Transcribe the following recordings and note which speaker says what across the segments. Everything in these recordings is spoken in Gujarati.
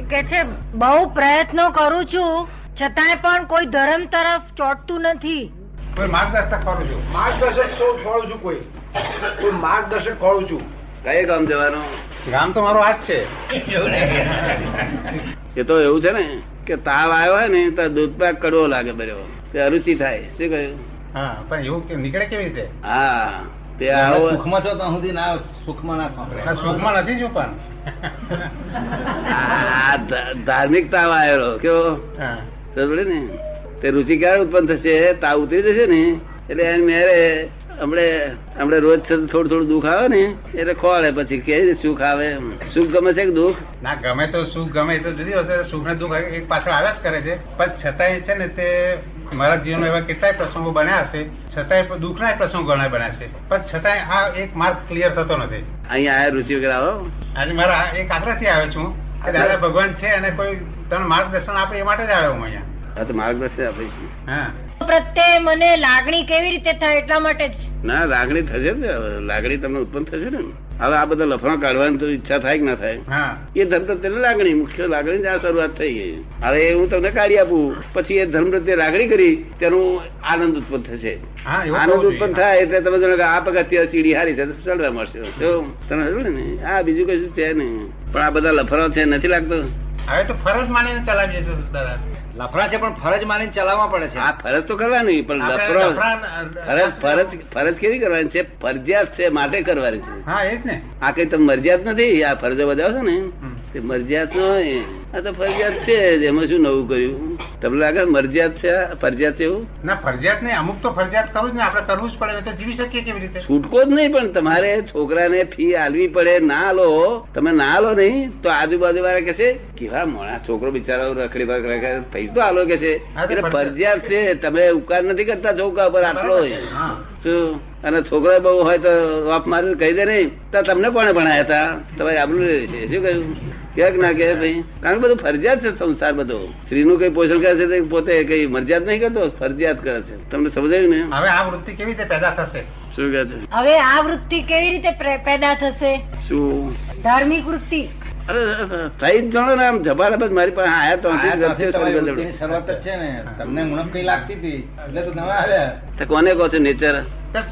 Speaker 1: એ કે છે બહુ પ્રયત્નો કરું છું છતાંય પણ કોઈ ધર્મ તરફ ચોટતું નથી
Speaker 2: કોઈ માર્ગદર્શક કરું છું
Speaker 3: માર્ગદર્શક તો ખોળું છું કોઈ કોઈ માર્ગદર્શક ખોળું છું
Speaker 4: કયે ગામ જવાનું
Speaker 2: ગામ તો મારું આ જ છે
Speaker 4: એ તો એવું છે ને કે તાવ આવ્યો હોય ને તો દૂધપાક કડવો લાગે બર્યો તે અરુચિ થાય શું કહ્યું
Speaker 2: હા પણ એવું કે નીકળે કેવી રીતે
Speaker 4: હા તે આવો
Speaker 5: સુખમાં છો ત્યાં સુધી ના સુખમાં ના સંભળાય
Speaker 2: આ સુખમાં નથી છું પણ
Speaker 4: આ ધા- ધાર્મિક તાવ આવેલો કેવો
Speaker 2: હા
Speaker 4: સમજે ને તે રુચિ ક્યારે ઉત્પન્ન થશે તાવ ઉતરી જશે ને એટલે એને મેરે હમણે હમણે રોજ થોડું થોડું દુઃખ આવે ને એટલે ખોળે પછી કે સુખ આવે એમ. સુખ ગમે છે કે દુઃખ
Speaker 2: ના ગમે તો સુખ ગમે એ તો જુદી વસ્તુ છે. સુખ ને દુઃખ એક પાછળ આવ્યા જ કરે છે પણ છતાંય છે ને તે મારા જીવનમાં એવા કેટલાય પ્રસંગો બન્યા હશે છતાંય દુઃખના પ્રસંગો ઘણા બન્યા છે પણ છતાંય આ એક માર્ગ ક્લિયર થતો નથી
Speaker 4: અહીંયા આ રુચિ વગેરે આવો
Speaker 2: આજે મારા એક આગ્રહથી આવ્યો છું કે દાદા ભગવાન છે અને કોઈ તમને માર્ગદર્શન આપે એ માટે જ આવ્યો હું અહીંયા
Speaker 4: આ તો માર્ગદર્શન આપીશું
Speaker 2: હા
Speaker 1: પ્રત્યે મને લાગણી કેવી રીતે થાય એટલા માટે જ
Speaker 4: ના લાગણી થશે ને હવે. લાગણી તમને ઉત્પન્ન થશે ને હવે આ બધા લફડા કાઢવાની તો ઈચ્છા થાય કે ના થાય
Speaker 2: હા
Speaker 4: એ ધર્મ પ્રત્યેની લાગણી મુખ્ય લાગણી જ આ શરૂઆત થઈ ગઈ હવે એ હું તમને કાઢી આપું પછી એ ધર્મ પ્રત્યે લાગણી કરી તેનો આનંદ ઉત્પન્ન થશે
Speaker 2: હા એવું
Speaker 4: આનંદ
Speaker 2: કરવું
Speaker 4: ઉત્પન્ન
Speaker 2: જોઈએ.
Speaker 4: થાય એટલે તમે જાણો કે આ પગથિયા સીડી હારી છે તો ચડવા મળશે જો તમે સમજો ને આ બીજું કશું છે નહીં પણ આ બધા લફરાઓ છે નથી લાગતો
Speaker 2: હવે તો ફરજ માનીને ચલાવીએ છીએ દાદા
Speaker 5: લફડા છે પણ ફરજ માનીને ચલાવવા પડે છે
Speaker 4: આ ફરજ તો કરવાની પણ
Speaker 2: આપણે
Speaker 4: લફરો ફરજ
Speaker 2: લફરા-
Speaker 4: ફરજ ફરજ કેવી કરવાની છે ફરજિયાત છે માટે કરવાની છે
Speaker 2: હા એ જ ને
Speaker 4: આ કઈ તમે મરજિયાત નથી આ ફરજો બજાવો છો ને
Speaker 2: હમ.
Speaker 4: તે મરજિયાત ન હોય આ તો ફરજિયાત છે જ. એમાં શું નવું કર્યું તમને લાગે મરજિયાત છે આ? ફરજિયાત છે એવું
Speaker 2: ના ફરજિયાત નહીં અમુક તો ફરજિયાત કરવું જ ને આપણે કરવું જ પડે નહીં તો જીવી શકીએ કેવી રીતે
Speaker 4: છૂટકો જ નહીં પણ તમારે છોકરાને ફી આલવી પડે ના લો તમે ના લો નહીં તો આજુબાજુ વાળા કે છે કેવા મોણા છોકરો બિચારો રખડી ભાગ રખે પૈસા તો આલો કે છે
Speaker 2: હા, તો
Speaker 4: એટલે
Speaker 2: ફરજિયાત.
Speaker 4: ફરજિયાત છે તમે ઉપકાર નથી કરતા છોકરા પર આટલો
Speaker 2: હા
Speaker 4: શું અને છોકરો બહુ હોય તો બાપ મારે કહી દે નહીં તો તમને કોણે ભણાયા હતા તમારી આબલું લે છે શું કહ્યું કે કે ના કે ભાઈ કારણ કે બધું ફરજિયાત છે સંસાર બધો સ્ત્રીનું કઈ પોષણ કરે છે તે પોતે કઈ મરજિયાત નહીં કરતો ફરજિયાત કરે છે તમને સમજાયું ને
Speaker 2: હવે આ વૃત્તિ કેવી રીતે પેદા થશે
Speaker 4: શું કહે છે
Speaker 1: હવે આ વૃત્તિ કેવી રીતે પ્રે- પેદા થશે
Speaker 4: શું
Speaker 1: ધાર્મિક વૃત્તિ
Speaker 4: અરે અરે, થઈ જ જાણો ને આમ જબરજસ્ત મારી પાસે આયા તો
Speaker 5: આ
Speaker 4: આથી જ
Speaker 5: ત્યાંથી
Speaker 4: રસ્તે
Speaker 5: તમારી
Speaker 4: શરૂ
Speaker 5: વૃત્તિની
Speaker 4: કર્યો.
Speaker 5: શરૂઆત જ છે ને તમને ઉણપ કઈ લાગતી હતી એટલે તો નવા આવ્યા
Speaker 4: તો કોને કહો છો nature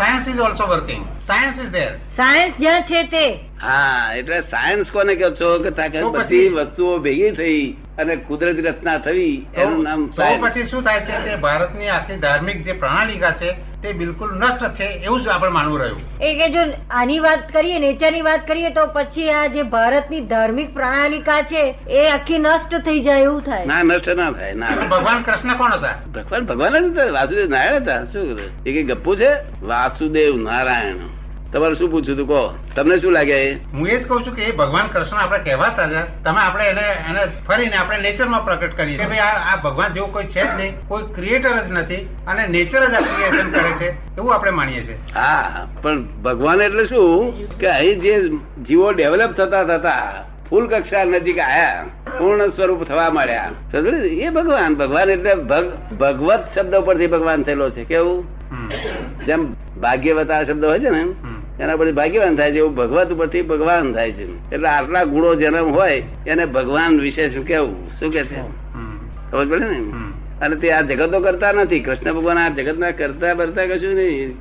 Speaker 2: science is also working science is there
Speaker 1: science જ્યાં છે તે
Speaker 4: હા એટલે સાયન્સ કોને કહો છો કે તાકાત
Speaker 2: તો
Speaker 4: બધી
Speaker 2: પછી-
Speaker 4: વસ્તુઓ ભેગી થઈ અને કુદરતી રચના થઈ એનું નામ
Speaker 2: તો
Speaker 4: સાયન્સ
Speaker 2: પછી શું થાય છે તે ભારતની આખી ધાર્મિક જે પ્રણાલિકા છે તે બિલકુલ નષ્ટ છે એવું જ આપણે માનવું રહ્યું
Speaker 1: એ કે જો આની વાત કરીએ નેચરની વાત કરીએ તો પછી આ જે ભારતની ધાર્મિક પ્રણાલિકા છે એ આખી નષ્ટ થઈ જાય એવું થાય
Speaker 4: ના નષ્ટ ના થાય ના ના.
Speaker 2: ભગવાન કૃષ્ણ કોણ હતા
Speaker 4: ભગવાન ભગવાન જ હતા વાસુદેવ નારાયણ હતા શું કરે? એ કઈ ગપ્પુ છે વાસુદેવ નારાયણ તમારે શું પૂછ્યું તું કહો તમને શું લાગે
Speaker 2: હું એ જ કહું છું કે એ ભગવાન કૃષ્ણ આપણે કહેવાતા હતા તમે આપણે એને એને ફરીને આપણે નેચરમાં પ્રગટ કરીએ કે ભાઈ આ આ ભગવાન જેવું કોઈ છે જ નહીં કોઈ ક્રિએટર જ નથી અને નેચર જ આ ક્રિએશન કરે છે એવું આપણે માનીએ છીએ
Speaker 4: હા પણ ભગવાન એટલે શું કે અહીં જે જીવો ડેવલપ થતા થતા ફૂલ કક્ષા નજીક આયા પૂર્ણ સ્વરૂપ થવા માંડ્યા સમજ્યું ને? એ ભગવાન ભગવાન એટલે ભગ- ભગવત શબ્દ પરથી ભગવાન થયેલો છે કેવું
Speaker 2: હમ.
Speaker 4: જેમ ભાગ્યવતા શબ્દ હોય છે ને
Speaker 2: હમ.
Speaker 4: એના પરથી ભાગ્યવાન થાય છે એવું ભગવત ઉપરથી ભગવાન થાય છે એટલે આટલા ગુણો જેના હોય એને ભગવાન વિશે શું કેવું શું કે છે
Speaker 2: હમ.
Speaker 4: ખબર પડે ને
Speaker 2: હમ.
Speaker 4: અને તે આ જગતો કરતા નથી કૃષ્ણ ભગવાન આ જગતના કરતા બરતા કશું નહીં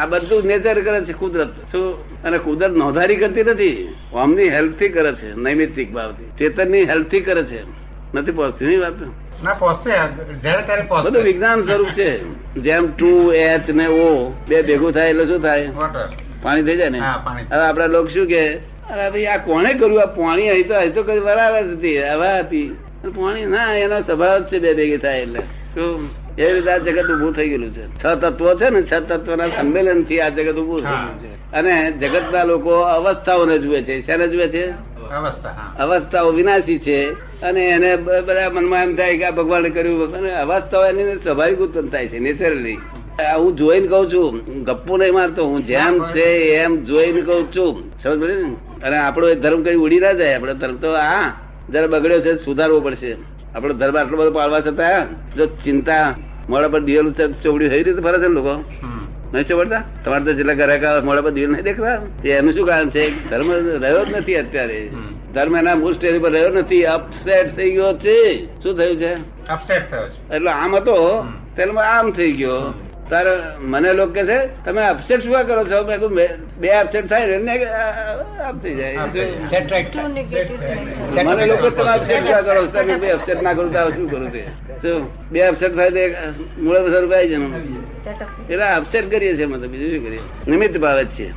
Speaker 4: આ બધું નેચર કરે છે કુદરત શું અને કુદરત નોંધારી કરતી નથી ઓમની હેલ્થ થી કરે છે નૈમિતિક ભાવથી ચેતનની હેલ્થ થી કરે છે નથી પહોંચતી નહીં વાત
Speaker 2: ના પહોંચશે જ્યારે ત્યારે
Speaker 4: બધું
Speaker 2: પહોંચશે
Speaker 4: વિજ્ઞાન સ્વરૂપ છે જેમ ટુ એચ ને ઓ બે ભેગું થાય એટલે શું થાય
Speaker 2: વોટર
Speaker 4: પાણી થઈ જાય ને
Speaker 2: હા, પાણી.
Speaker 4: હવે આપડા લોકો શું કે અરે ભાઈ આ કોણે કર્યું આ પાણી અહીં તો અહીં તો કઈ વરાવે જ હતી હવા હતી પણ પાણી ના એનો સ્વભાવ જ છે બે ભેગી થાય એટલે શું એવી રીતે આ જગત ઉભું થઈ ગયેલું છે છ તત્વો છે ને છ તત્વના સંમેલન થી આ જગત ઉભું થઈ ગયું છે અને જગતના લોકો અવસ્થાઓને જુએ છે શેને જુએ છે
Speaker 2: અવસ્થા હા
Speaker 4: અવસ્થાઓ વિનાશી છે અને એને બ- બધા મનમાં એમ થાય કે આ ભગવાને કર્યું ભગવાન અવસ્થાઓ એની સ્વાભાવિક ઉત્પન્ન થાય છે નેચરલી આ હું જોઈને કહું છું ગપ્પુ નહીં મારતો હું જેમ છે એમ જોઈને કહું છું સમજ પડી ને? અને આપણો એ ધર્મ કઈ ઉડી ના જાય આપણો ધર્મ તો આ જરા બગડ્યો છે સુધારવો પડશે આપણો ધર્મ આટલો બધો પાળવા છતાં જો ચિંતા મોડા પર દિવેલું ચ- ચોપડી થઈ રીતે ફરે છે ને લોકો
Speaker 2: હમ.
Speaker 4: નહીં ચોપડતા તમારે તો જેટલા ગ્રાહક આવે મોડા પર દિવેલ નહીં દેખતા એ એનું શું કારણ છે ધર્મ રહ્યો જ નથી અત્યારે
Speaker 2: હમ.
Speaker 4: ધર્મ એના મૂળ સ્ટેજ પર રહ્યો નથી અપસેટ થઈ ગયો છે શું થયું છે
Speaker 2: અપસેટ થયો છે
Speaker 4: એટલે આમ હતો
Speaker 2: હમ.
Speaker 4: તેલમાં આમ થઈ ગયો તારે મને લોકો કે છે તમે અપસેટ શું આ કરો છો મેં કીધું, "બે- બે અપસેટ થાય ને એને આમ થઈ જાય
Speaker 2: Upset થાય.
Speaker 1: True negative
Speaker 2: Upset થાય.
Speaker 4: મને લોકો તમે અપસેટ ક્યાં કરો છો તમે બે અપસેટ ના કરું તો આવું શું કરું તે શું? બે અપસેટ થાય તો એક મૂળ રૂપિયા આવી જવાનું
Speaker 1: સેટઅપ
Speaker 4: એટલે અપસેટ કરીએ છીએ મતલબ બીજું શું કરીએ નિમિત્ત ભાવે જ છીએ